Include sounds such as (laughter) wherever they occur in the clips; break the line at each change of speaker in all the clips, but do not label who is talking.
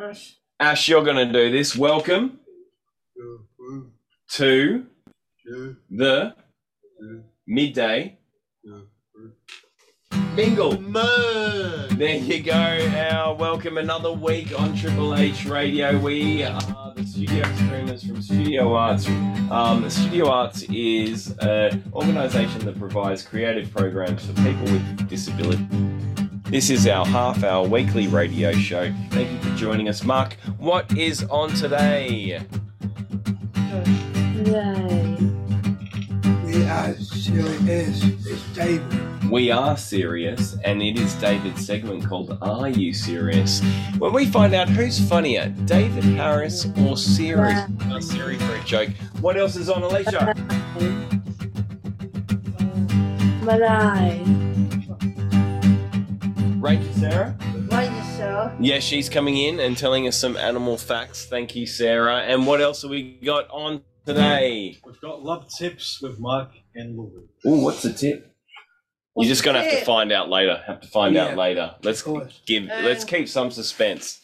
Ash.
Ash, you're going to do this. Welcome to the midday mingle.
Mud.
There you go. Our welcome another week on Triple H Radio. We are the studio streamers from Studio Arts. Um, studio Arts is an organisation that provides creative programs for people with disabilities. This is our half hour weekly radio show. Thank you for joining us, Mark. What is on today?
Yay.
We are serious. It's David.
We are serious, and it is David's segment called Are You Serious? When we find out who's funnier, David Harris or Siri. Ask Siri for a joke. What else is on Alicia?
Malai.
Ranger Sarah?
Why yourself?
Yeah, she's coming in and telling us some animal facts. Thank you, Sarah. And what else have we got on today?
We've got love tips with Mike and Louie.
Ooh, what's the tip? You're
What's
just
the
gonna have to
tip?
find out later. Have to find
Yeah,
out later. Let's
of course.
give. let's
Um,
keep some suspense.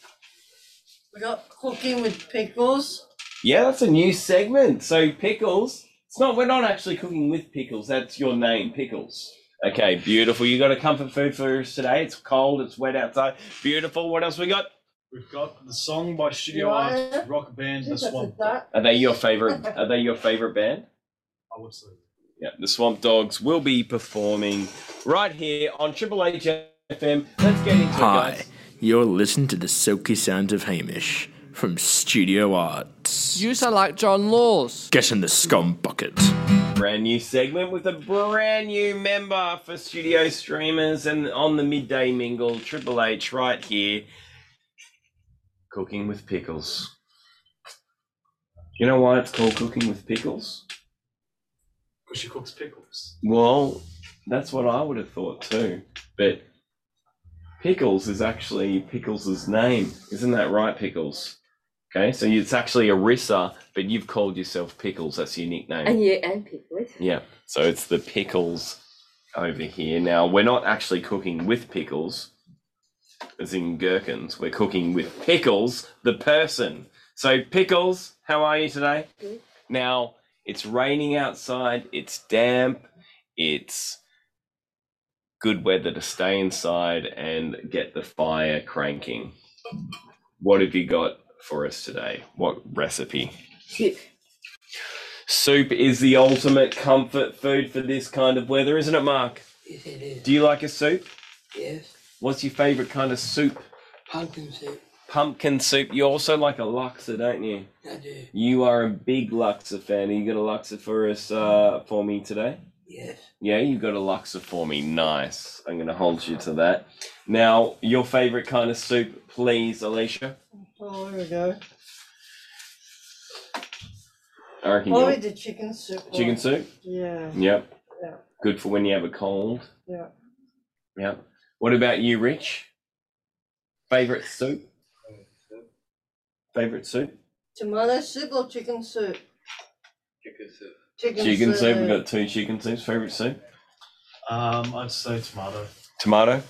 We got cooking with pickles.
Yeah, that's a new segment. So pickles. It's not. We're not actually cooking with pickles. That's your name, pickles. Okay, beautiful. You got a comfort food for us today. It's cold. It's wet outside. Beautiful. What else we got?
We've got the song by Studio
Right.
Arts rock band The
That's a
Swamp. Dog.
duck.
Are they your favorite? Are they your favorite band?
I would say.
Yeah, the Swamp Dogs will be performing right here on Triple H FM. Let's get into it,
Hi,
guys.
you're listening to the silky sounds of Hamish from Studio Arts.
You sound like John Laws.
Get in the scum bucket.
Brand new segment with a brand new member for studio streamers and on the midday mingle, Triple H right here, cooking with pickles. You know why it's called cooking with pickles?
Because she cooks pickles.
Well, that's what I would have thought too. But Pickles is actually Pickles' name. Isn't that right, Pickles? Okay, so it's actually Arissa, but you've called yourself Pickles. That's your nickname.
And you and people.
yeah, so it's the Pickles over here. Now, we're not actually cooking with pickles, as in gherkins. We're cooking with Pickles, the person. So, Pickles, how are you today?
Good.
Now, it's raining outside, it's damp, it's good weather to stay inside and get the fire cranking. What have you got for us today? What recipe?
Soup.
Soup is the ultimate comfort food for this kind of weather, isn't it, Mark?
Yes, it is.
Do you like a soup?
Yes.
What's your favourite kind of soup?
Pumpkin soup.
Pumpkin soup. You also like a Luxor, don't you?
I do.
You are a big Luxor fan. Are you got a Luxor for us uh, for me today?
Yes.
Yeah, you got a Luxor for me. Nice. I'm going to hold you to that. Now, your favourite kind of soup, please, Alicia.
Oh, there we go.
I reckon
Oh,
you're-
we did chicken soup. one.
chicken soup.
Yeah.
Yep.
Yeah.
Good for when you have a cold.
Yeah.
Yep. What about you, Rich? Favorite soup? Favorite soup?
Tomato soup or chicken soup?
Chicken soup.
Chicken,
Chicken soup. We've got two chicken soups. Favorite soup?
Um, I'd say tomato.
Tomato.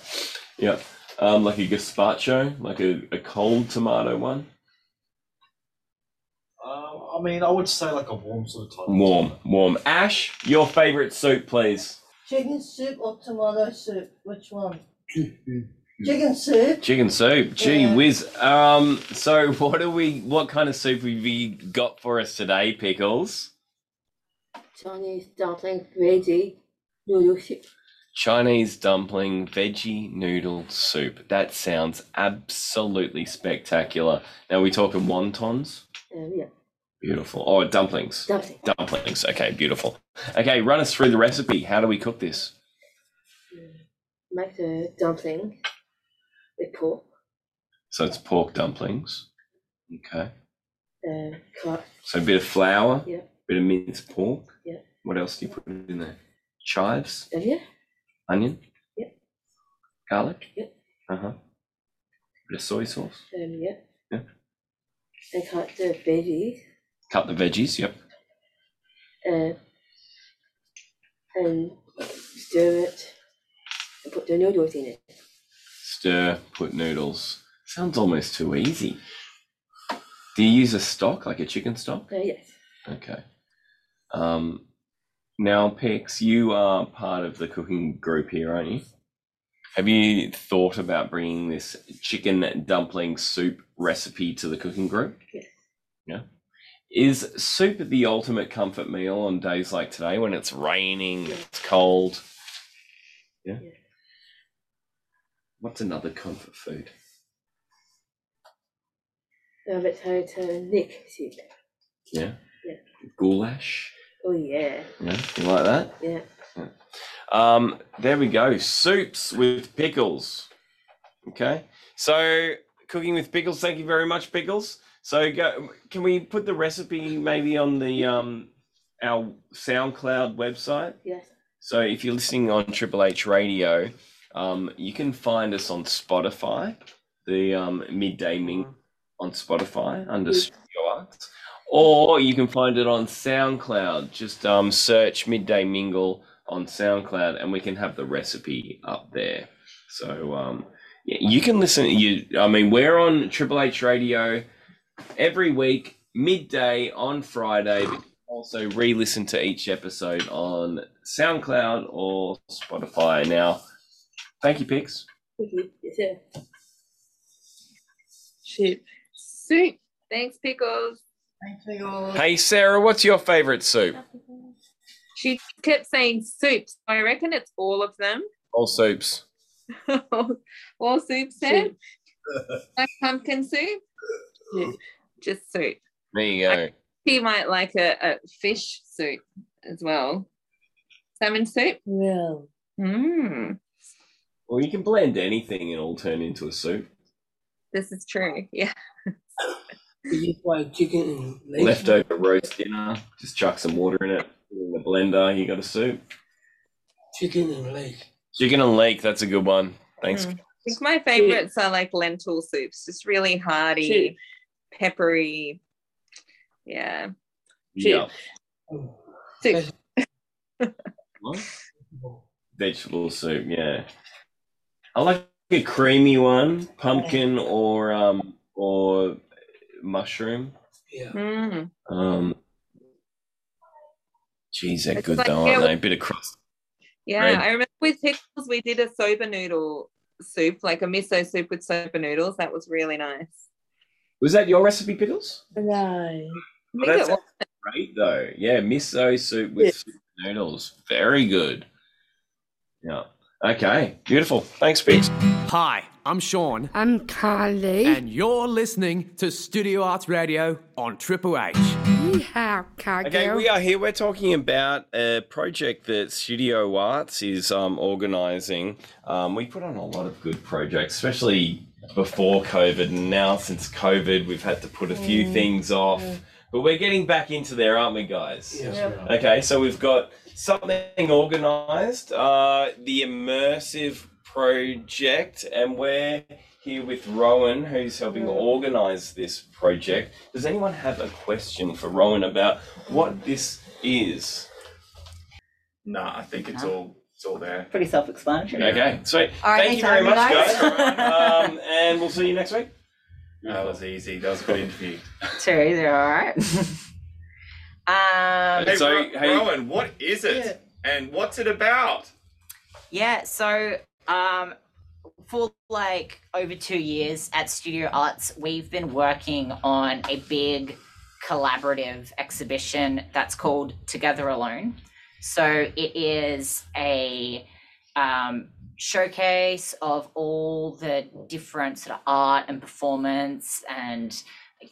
Yep. Um, like a gazpacho, like a, a cold tomato one.
Um, I mean, I would say like a warm sort of type. of
Warm, warm. Ash, your favorite soup, please.
Chicken soup or tomato soup? Which
(coughs)
one? chicken soup.
Chicken soup. Gee
Yeah.
whiz. Um, so (laughs) what are we? What kind of soup have you got for us today, pickles?
Chinese dumpling, veggie, noodle soup.
Chinese dumpling veggie noodle soup. That sounds absolutely spectacular. Now we talking wontons?
Um, yeah,
Beautiful. Oh, dumplings.
dumpling.
Dumplings. Okay, beautiful. Okay, run us through the recipe. How do we cook this?
Make the dumpling uh, with pork,
So it's pork dumplings. Okay.
uh, carrot,
So a bit of flour,
Yeah.
bit of minced pork.
Yeah.
What else do you put in there? Chives,
um, yeah,
onion.
Yeah.
Garlic.
Yeah.
Uh huh. Bit of soy sauce.
um, yeah.
Yeah.
And cut the veggies,
Cut the veggies. Yep.
uh, and stir it, and put the noodles in it.
Stir. Put noodles. Sounds almost too easy. Do you use a stock, like a chicken stock?
Uh, yes.
Okay. Um, now, Pix, you are part of the cooking group here, aren't you? Have you thought about bringing this chicken dumpling soup recipe to the cooking group?
Yes.
Yeah. Is soup the ultimate comfort meal on days like today when it's raining, it's cold? Yeah.
Yeah.
What's another comfort food?
Uh, but how to Nick soup.
Yeah.
Yeah.
Goulash.
Oh yeah,
Yeah. You like that?
yeah.
Um, there we go. Soups with pickles. Okay. So cooking with pickles. Thank you very much, pickles. So go. Can we put the recipe maybe on the um our SoundCloud website?
Yes.
So if you're listening on Triple H Radio, um, you can find us on Spotify, the um, midday ming on Spotify under Studio Arts, or you can find it on SoundCloud. Just um, search Midday Mingle on SoundCloud, and we can have the recipe up there. So um, yeah, you can listen. You, I mean, we're on Triple H Radio every week, midday on Friday. but you can Also, re-listen to each episode on SoundCloud or Spotify. Now, thank you, Pix.
Thank you. Yes, sir.
Shit. Soup. Thanks, Pickles.
Thanks, Miguel.
Hey, Sarah, what's your favorite soup?
She kept saying soup, so I reckon it's all of them. (laughs)
All soups.
all soup said. No pumpkin soup.
Yeah.
Just soup.
There you go.
He might like a, a fish soup as well. Salmon soup.
Well.
Mm,
Well, you can blend anything and it'll turn into a soup.
this is true. Yeah.
You just like chicken and leeks.
Leftover roast dinner, just chuck some water in it, put it in the blender, you got a soup.
Chicken and leeks.
Chicken and leek, that's a good one. Thanks.
Mm. I think my favorites are like lentil soups, just really hearty,
Soup.
peppery. Yeah.
Yeah.
Oh.
Soup.
What? Vegetable soup, yeah. I like a creamy one, pumpkin or um or mushroom.
Yeah.
Mm.
Um Geez, they're
It's
good
like,
though,
yeah,
aren't they? Bit of crust.
Yeah.
Right.
I remember with pickles, we did a soba noodle soup, like a miso soup with soba noodles. That was really nice.
Was that your recipe, Pickles?
No.
I
Well,
think it
that's
was-
great though. Yeah, miso soup with
Yes.
soup noodles. Very good. Yeah. Okay. Beautiful. Thanks, Pete.
Hi, I'm Sean,
I'm Carly.
and you're listening to Studio Arts Radio on Triple H.
Yeehaw, cargo.
Okay, we are here. We're talking about a project that Studio Arts is um, organising. Um, we put on a lot of good projects, especially before COVID. And now, since COVID, we've had to put a few things off. But we're getting back into there, aren't we, guys?
Yes,
Yeah.
we are.
Okay, so we've got something organised, uh, the immersive project, and we're here with Rowan, who's helping organise this project. Does anyone have a question for Rowan about what this is?
Nah, I think it's all it's all there.
Pretty self-explanatory.
Okay, sweet.
All right,
Thank you very
anytime,
much, guys.
guys.
um, and we'll see you next week.
That was easy. That was a good interview.
Two, they're all right. um,
Hey,
Uh, So,
Ro-
hey-
Rowan, what is it, and what's it about?
Yeah, so um, for like over two years at Studio Arts, we've been working on a big collaborative exhibition that's called Together Alone. So it is a um, showcase of all the different sort of art and performance and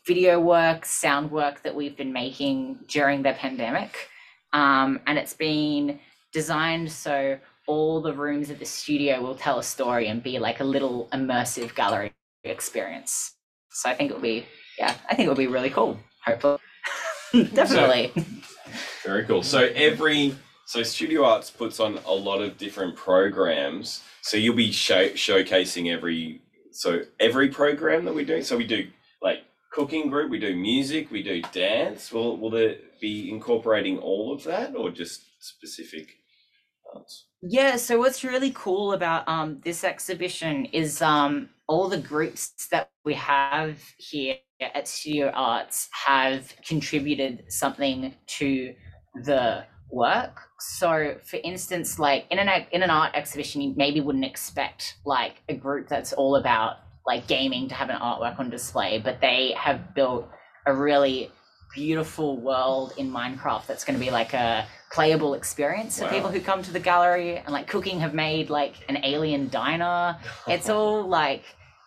video work, sound work that we've been making during the pandemic. Um, and it's been designed so all the rooms at the studio will tell a story and be like a little immersive gallery experience. So I think it'll be, yeah, I think it'll be really cool. Hopefully, definitely.
Very cool. So every so Studio Arts puts on a lot of different programs. So you'll be show, showcasing every so every program that we do. So we do like cooking group, we do music, we do dance. Will will it be incorporating all of that or just specific arts?
Yeah, so what's really cool about um this exhibition is um all the groups that we have here at Studio Arts have contributed something to the work. So, for instance, like in an in an art exhibition, you maybe wouldn't expect like a group that's all about like gaming to have an artwork on display, but they have built a really beautiful world in Minecraft that's going to be like a playable experience for
Wow.
people who come to the gallery and like cooking have made like an alien diner. It's all like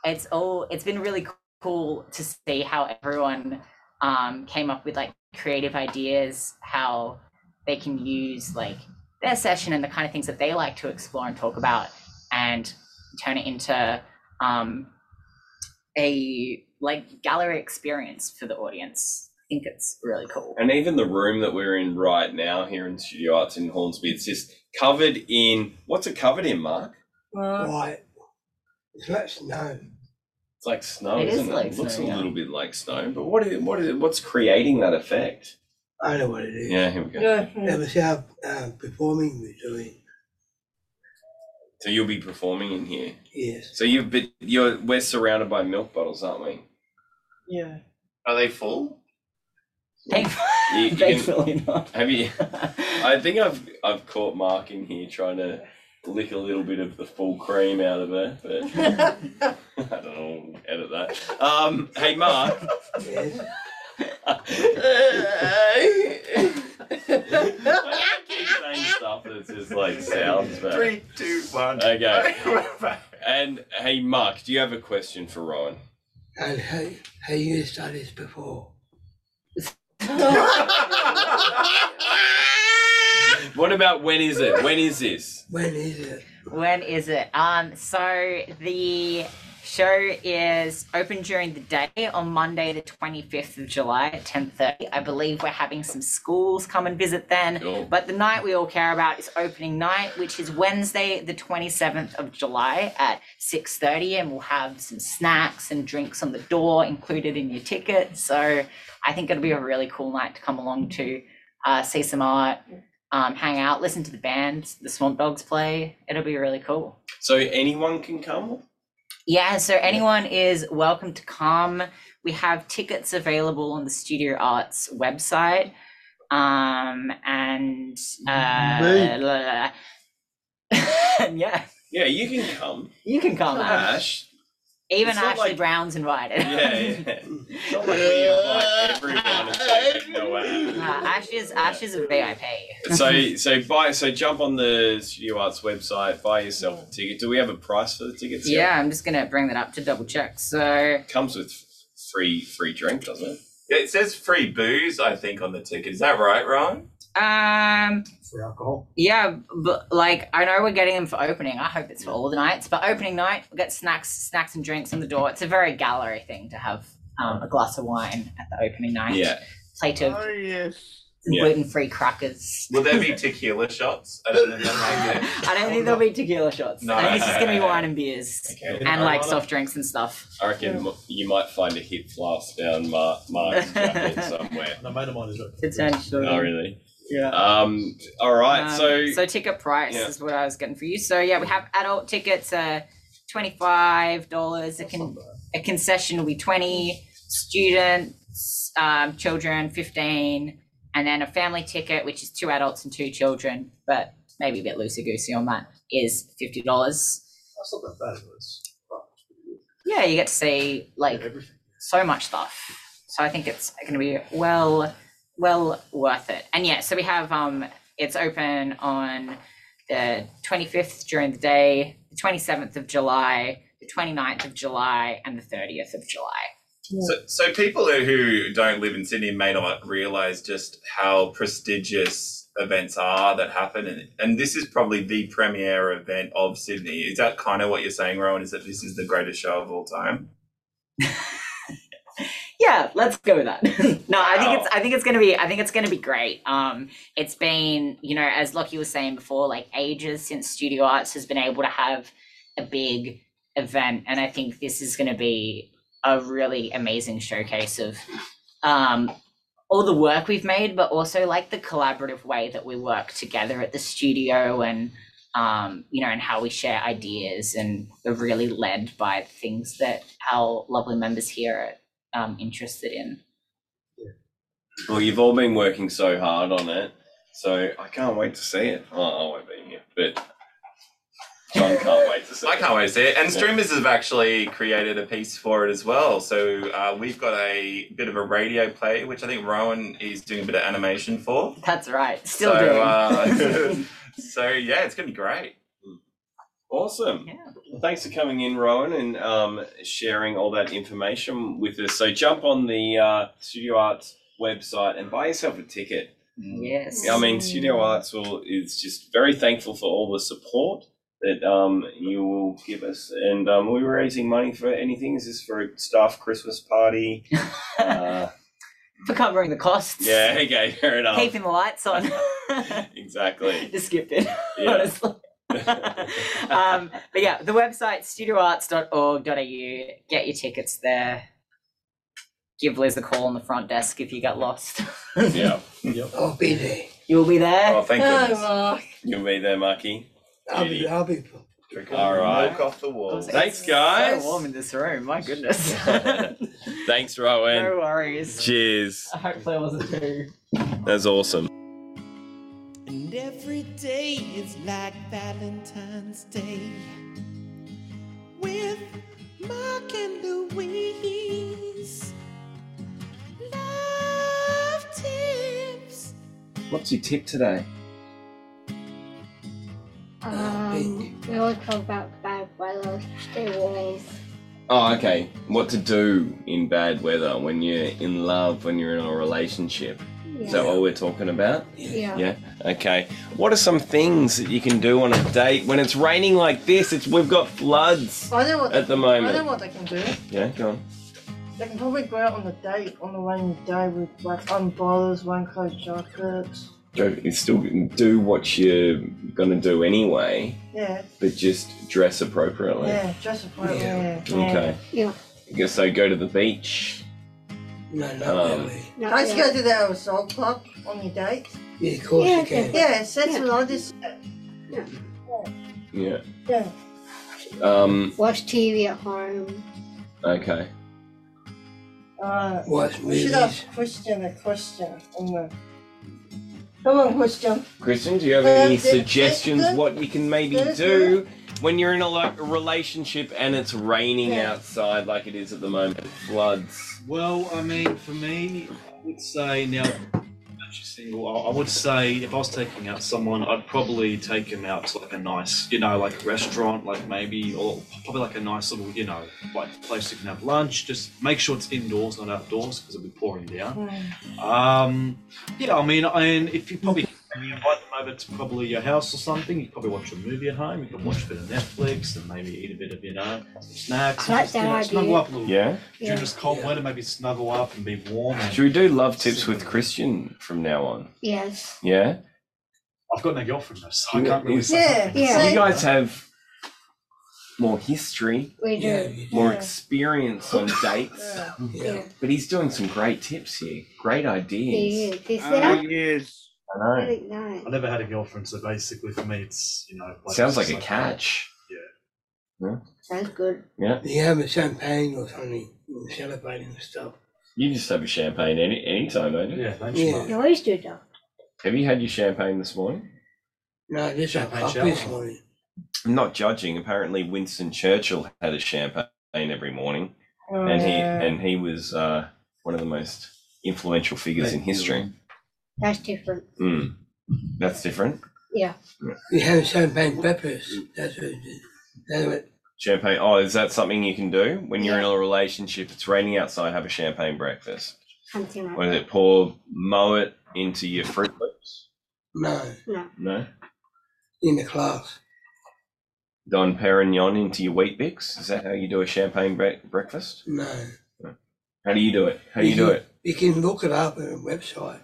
it's all it's been really cool to see how everyone um, came up with like creative ideas, how they can use like their session and the kind of things that they like to explore and talk about and turn it into um, a like gallery experience for the audience. I think it's really cool.
And even the room that we're in right now here in Studio Arts in Hornsby, it's just covered in what's it covered in, Mark?
White. It's like snow.
It's like snow,
It is
isn't it?
like
it looks
snow,
a
yeah.
little bit like snow, but what is, what is what's creating that effect?
I know what it is.
Yeah, here we go.
That was how um, performing we're doing.
So you'll be performing in here.
Yes.
So you've been you're we're surrounded by milk bottles, aren't we?
Yeah. (laughs)
Are they full?
Thankfully, (laughs)
Thankfully not. Have you? (laughs) I think I've I've caught Mark in here trying to lick a little bit of the full cream out of her, but
(laughs)
(laughs) I don't know. Edit that. Um, hey, Mark.
(laughs)
I keep saying stuff that's just like sounds bad.
Three, two, (laughs) one.
Okay. And hey, Mark, do you have a question for Rowan?
And how, how you started this before.
What about when is it? When is this?
When is it?
When is it? Um, so the show is open during the day on Monday, the twenty fifth of July at ten thirty. I believe we're having some schools come and visit then.
Cool.
But the night we all care about is opening night, which is Wednesday, the twenty seventh of July at six thirty, and we'll have some snacks and drinks on the door included in your ticket. So I think it'll be a really cool night to come along to, uh, see some art. Um, hang out, listen to the band, the Swamp Dogs play. It'll be really cool.
So anyone can come.
Yeah, so anyone is welcome to come. We have tickets available on the Studio Arts website. Um, and uh,
Mate.
la- la- la. (laughs) yeah,
Yeah, you can come.
you can come.
Ash.
Even
It's not
Ashley
like-
Brown's invited.
Yeah,
(laughs)
yeah. It's not like we invite everyone and say no Ash.
Nah, Uh, Ash is Ash is a VIP.
So so buy so jump on the Studio Arts website, buy yourself a ticket. Do we have a price for the tickets? yet?
yeah, I'm just gonna bring that up to double check. So
Comes with free free drink, doesn't it?
It says free booze, I think, on the ticket. Is that right, Ryan?
um
For alcohol.
Yeah, but like I know we're getting them for opening. I hope it's for all the nights, but opening night we get snacks, snacks and drinks on the door. It's a very gallery thing to have um, a glass of wine at the opening night.
Yeah.
plate of
Yeah.
gluten-free crackers.
Will there
(laughs)
be tequila shots? I don't know. that might
I don't think there'll be tequila shots.
No,
I think it's just gonna
(laughs)
be
no, no,
wine and beers
Okay.
and like
Alright.
soft drinks and stuff.
I reckon m you might find a hip flask down Mar- Mark's jacket somewhere.
(laughs)
No, mate of mine is it.
Potentially.
Oh, really?
Yeah.
Um. All right.
Um,
so
ticket price
Yeah.
is what I was getting for you. So yeah, we have adult tickets uh twenty five dollars. A con- a concession will be twenty. Students, um, children fifteen, and then a family ticket, which is two adults and two children, but maybe a bit loosey goosey on that, is fifty dollars.
That's not that bad, but it's.
Yeah, you get to see like so much stuff. So I think it's going to be well, well worth it. And yeah, so we have um, it's open on the 25th during the day, the 27th of July, the 29th of July, and the 30th of July.
So, so people who don't live in Sydney may not realise just how prestigious events are that happen, and, and this is probably the premier event of Sydney. Is that kind of what you're saying, Rowan? Is that this is the greatest show of all time?
yeah let's go with that no i
Wow.
think it's i think it's gonna be i think it's gonna be great um it's been you know as lucky was saying before like ages since studio arts has been able to have a big event and i think this is gonna be a really amazing showcase of um all the work we've made but also like the collaborative way that we work together at the studio and um, you know, and how we share ideas. And we're really led by things that our lovely members here are um, interested in.
Well, you've all been working so hard on it, so I can't wait to see it. Oh, I won't be here, but John can't wait to see
I
it.
can't wait to see it. And
Yeah.
streamers have actually created a piece for it as well. So uh, we've got a bit of a radio play, which I think Rowan is doing a bit of animation for.
That's right. Still
so,
doing.
Uh,
(laughs)
so yeah, it's gonna be
(laughs)
great.
Awesome. Well, thanks for coming in, Rowan, and um, sharing all that information with us. So jump on the uh, Studio Arts website and buy yourself a ticket.
yes.
I mean, Studio Arts will, is just very thankful for all the support that um, you will give us. And um, we're raising money for anything. Is this for a staff Christmas party? uh,
For covering the costs.
yeah, (laughs) okay, fair enough.
Keeping the lights on.
(laughs) exactly.
(laughs) Just skip it.
Yeah.
Honestly. (laughs) um, but yeah, the website studioarts.org.au. Get your tickets there. Give Liz a call on the front desk if you get lost. (laughs)
yeah.
I'll be there.
You'll be there.
Oh, thank goodness.
Mark.
You'll be there, Marky.
I'll be, I'll be.
All right.
Milk off the wall.
Oh, Thanks, guys.
So warm in this room.
(laughs)
My goodness.
Thanks, Rowan.
(laughs) no worries.
Cheers.
(laughs) Hopefully, it wasn't too.
That's awesome.
And every day is like Valentine's Day with Mark and Louise. Love tips.
What's your tip today?
Um, we always talk about bad weather. Stay warm.
Oh, okay. What to do in bad weather when you're in love, when you're in a relationship. Is that
Yeah.
what we're talking about?
Yeah.
Yeah. Okay. What are some things that you can do on a date when it's raining like this? It's we've got floods
I know what
at the
I know
moment.
what they can do.
Yeah, go on.
They can probably go out on a date on a rainy day with like umbrellas, raincoat jackets.
Go, it's still do what you're gonna do anyway,
Yeah.
but just dress appropriately.
Yeah, dress appropriately. Yeah.
Okay.
Yeah.
I guess they go to the beach.
No,
no.
Can I just go to the assault club on your date?
Yeah, of course you can.
Yeah, that's what I just.
Yeah.
uh, Yeah.
Um.
Watch TV at home.
Okay.
Uh,
Watch
we should
movies.
ask Christian a question on the. Come on, Christian.
Christian, do you have
Um,
any
there's-
suggestions
there's-
what you can maybe
there's-
do when you're in a lo- a relationship and it's raining outside like it is at the moment? Floods.
Well, I mean, for me, I would say now, actually single, I I would say if I was taking out someone, I'd probably take him out to like a nice, you know, like restaurant, like maybe, or probably like a nice little, you know, like place you can have lunch. Just make sure it's indoors, not outdoors, because it'll be pouring down.
Hmm.
Um, yeah, I mean, and if you probably maybe invite them over to probably your house or something, you could probably watch a movie at home. You can watch a bit of Netflix and maybe eat a bit of, you know, some snacks.
I like
and just, you
that
know, snuggle
idea.
up a little.
Yeah?
Yeah.
During this cold weather, maybe snuggle up and be warm. and-
Should we do love tips with Christian from now on?
Yes.
Yeah?
I've got no girlfriend though, so I can't really say.
Yeah.
Yeah.
You guys have more history,
We do.
more experience
(laughs)
on dates,
uh,
Yeah.
but he's doing some great tips here. Great
He is.
ideas.
Uh,
Is that (laughs)
yes.
I know.
really nice?
I never had a girlfriend, so basically for me, it's you know.
Sounds like
it's
a catch.
Sounds good.
Yeah.
You have a champagne or something, and celebrating and stuff.
You just have a champagne any anytime, don't you?
Yeah, don't you?
Yeah.
You always do though.
Have you had your champagne this morning?
No, this I
Champagne
pop
shower.
this morning.
I'm not judging. Apparently, Winston Churchill had a champagne every morning,
Oh,
and he
yeah. (laughs)
and he was uh, one of the most influential figures in history.
That's different.
Mm. That's different.
Yeah.
We have champagne peppers. That's what it is. That's what
Champagne. Oh, is that something you can do when you're in a relationship? It's raining outside. Have a champagne breakfast.
Something like
What is it? Pour mow it into your fruit loops.
no
no.
No.
in the class.
Don Perignon into your wheat bix. Is that how you do a champagne bre- breakfast?
No.
How do you do it? How do you do it?
You can look it up on a website.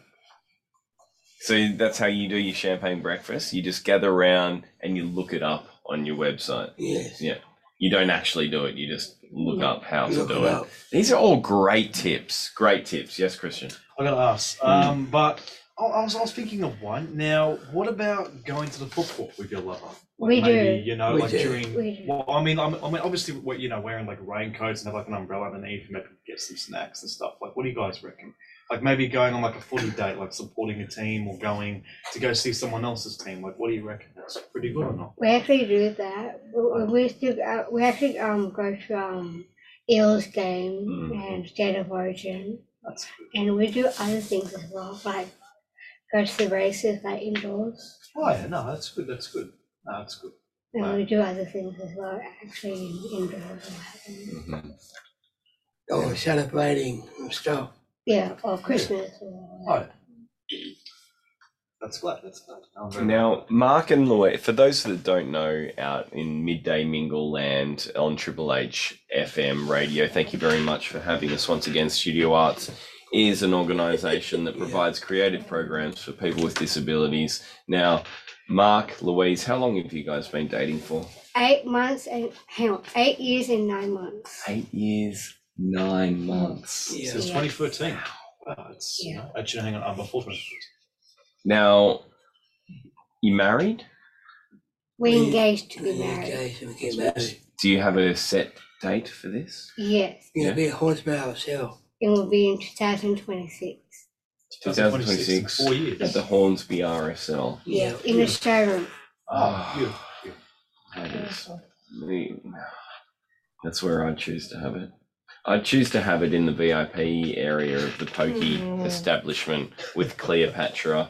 So that's how you do your champagne breakfast. You just gather around and you look it up on your website.
Yes.
Yeah. You don't actually do it. You just look up how to
Look
do
it
it.
up.
These are all great tips. Great tips. Yes, Christian.
I gotta ask, um, but I I was, I was thinking of one. Now, what about going to the food court with your lover? Like
We
maybe,
do.
You know,
We
like
do.
during.
We do.
Well, I mean, I'm- I mean, obviously, we you know, wearing like raincoats and have like an umbrella underneath, and maybe get some snacks and stuff. Like, what do you guys reckon? Like maybe going on like a footy date, like supporting a team or going to go see someone else's team. Like, what do you reckon? That's pretty good or not?
We actually do that. We, we used to go, we actually um go to um Eels game
Mm.
and State of Origin, and we do other things as well, like go to the races like indoors,
Oh yeah, no, that's good. That's good. No, that's good.
and
Wow.
we do other things as well, actually indoors.
Mm-hmm. Or Oh, celebrating and stuff.
Yeah, or Christmas. Or,
Oh, that's glad. That's glad. I'm very-
Now, Mark and Louise, for those that don't know, out in midday mingle land on Triple H FM radio, thank you very much for having us once again. Studio Arts is an organisation that provides creative programs for people with disabilities. Now, Mark, Louise, how long have you guys been dating for?
eight months and hang on, eight years and nine months.
Eight years, nine months.
Since
Yeah.
2013. Wow, it's
Yeah.
actually hang on. I'm before 2013.
Now, you married?
We engaged to be married.
Engaged and we get married.
Do you have a set date for this?
Yes,
You're
Yeah.
gonna be a horseman ourselves.
it will be in 2026.
2026
four years.
at the Hornsby RSL.
Yeah, in the showroom.
Oh, That is the- That's where I'd choose to have it. I'd choose to have it in the VIP area of the pokey
Mm.
establishment with
(laughs)
Cleopatra,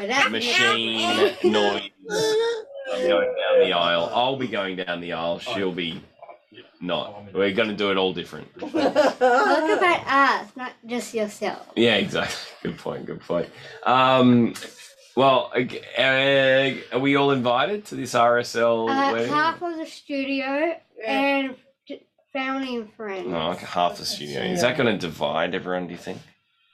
Without
machine (laughs) noise. I'm going down the aisle. I'll be going down the aisle. She'll be not. We're going to do it all different.
Talk about us, not just yourself.
Yeah, exactly. (laughs) Good point. Good point. Um, well, ag- uh, are we all invited to this RSL
Uh,
wedding?
half of the studio
(laughs)
and t- family and friends.
No, like half the studio. Is that going to divide everyone? Do you think?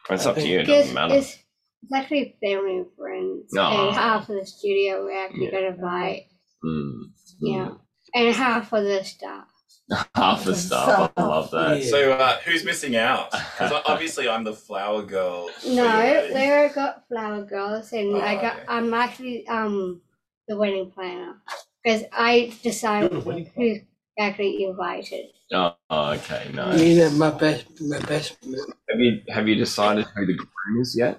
It's up to you. It
Because
doesn't matter.
It's, it's actually family and friends.
Aw.
And half of the studio we actually got to invite.
Mm.
Yeah. And half of the staff.
Half the stuff. I love that.
So, uh, who's missing out? Because obviously, I'm the flower girl.
No, Lara got flower girls, and
Oh,
I got. I'm actually um the wedding planner because I decide who's actually invited.
Oh, oh, okay. No.
You know, my best, my best.
Have you have you decided who the groom is yet?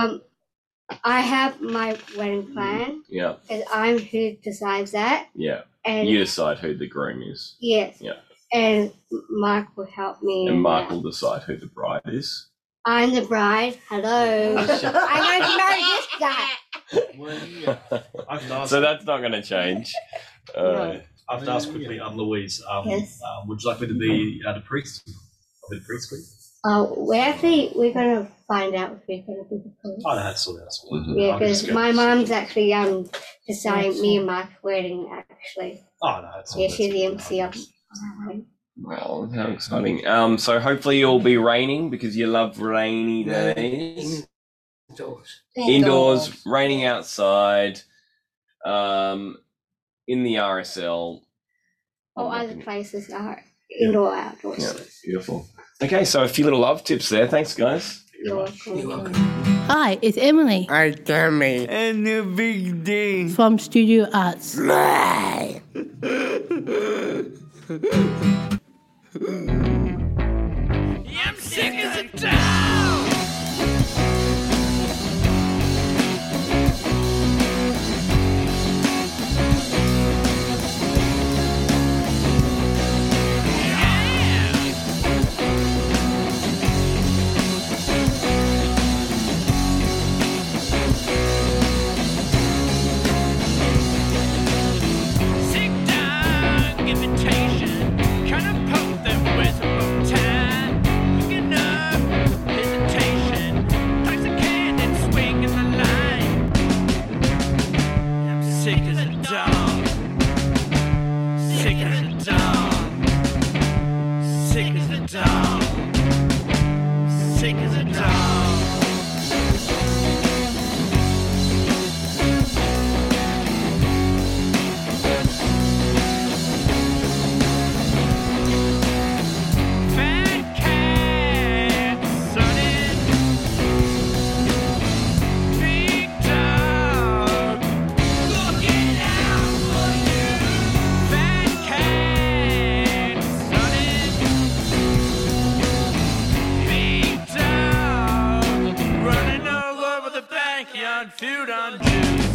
Um, I have my wedding plan
Yeah.
because I'm who decides that.
Yeah.
And-
you decide who the groom is.
Yes,
Yeah.
and Mark will help me.
And
in
Mark
that.
will decide who the bride is. (laughs)
I'm the bride. Hello. I'm going to marry this guy.
so that's not going to change. All right.
I have to ask quickly, um, Louise, um,
Yes.
um, would you like me to be uh, the priest? I'll be the priest, please.
Uh, we actually we're gonna find out if we're gonna be the priest.
Oh, no, that's all. That's all.
Yeah,
I'm
because
just
my
gonna-
mom's actually um deciding me and Mark's wedding actually.
Oh, no, that's all.
Yeah,
that's
she's
all.
the MC of my wedding.
Well, how exciting. Um, so hopefully it'll be raining because you love rainy days.
Indoors.
Indoors, raining outside, um, in the RSL.
All Oh, other places are indoor outdoors.
Yeah, beautiful. Okay, so a few little love tips there. Thanks, guys.
You're welcome.
Hi, it's Emily.
I damn it. And a big day.
From Studio Arts.
I'm sick as a dog. Sick dog invitation, trying to poke them with a bow tie. Picking up hesitation, place a cannon swing in the line. I'm sick as a dog. Sick as a dog. Sick as a dog. Sick as a dog. Fat cat, sonny. feud on juice.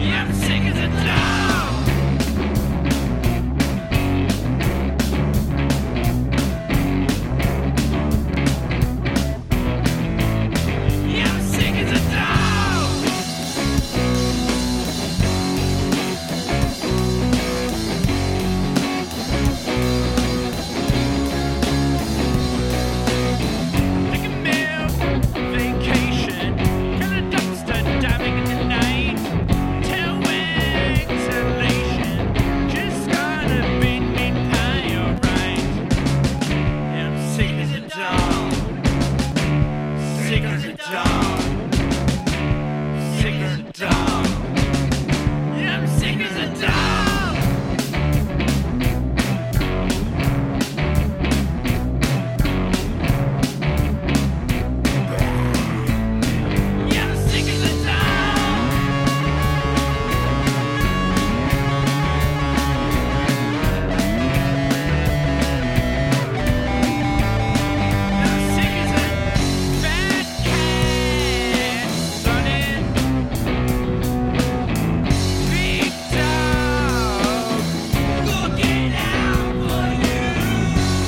Yeah, I'm sick as a dog. Yeah, I'm sick as a dog. vacation. Got a dumpster diving in the night. Tail wags elation. Just gonna make me pie, alright. I'm sick as a dog. Sick as a dog. Sick as a dog. Yeah, I'm sick as a dog. Yeah, I'm sick as a dog. I'm sick as a fat cat, sonny. Big dog, looking out for you.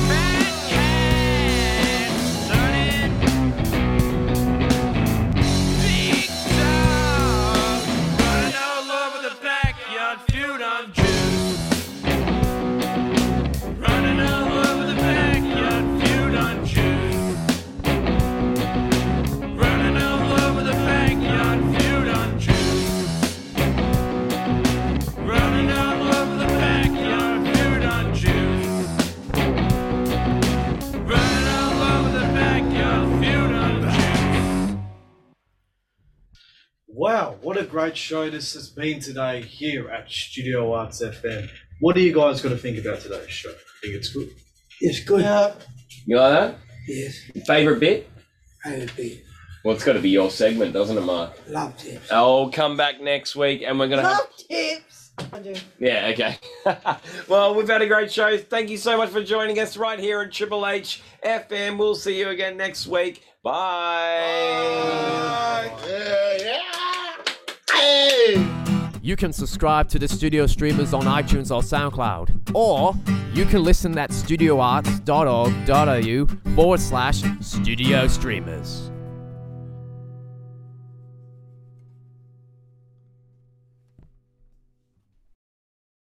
Fat cat, sonny. Big dog, running all over the backyard, feud on juice. Running all over the backyard, feud on juice. Running all over the backyard, feud on juice. Running all over the backyard, feud on juice. Running all over the backyard, feud on juice.
Wow, what a great show this has been today here at Studio Arts FM. What are you guys going to think about today's show? think it's good.
It's good.
You like
Yes,
that? Favorite bit?
I would be
Well, it's got to be your segment, doesn't it, Mark?
loved it.
I'll come back next week, and we're gonna. Have...
Love
(laughs)
tips. I do.
Yeah, okay. (laughs) well, we've had a great show. Thank you so much for joining us right here at Triple H FM. We'll see you again next week. Bye.
You can subscribe to the studio streamers on iTunes or SoundCloud, or you can listen at studioarts.org.au forward slash studio streamers.